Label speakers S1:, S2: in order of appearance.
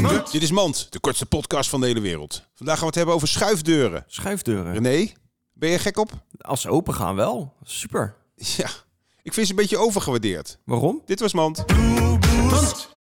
S1: Mand. Dit is Mand, de kortste podcast van de hele wereld. Vandaag gaan we het hebben over schuifdeuren.
S2: Schuifdeuren.
S1: René, ben je gek op?
S2: Als ze open gaan wel. Super.
S1: Ja, ik vind ze een beetje overgewaardeerd.
S2: Waarom?
S1: Dit was Mand.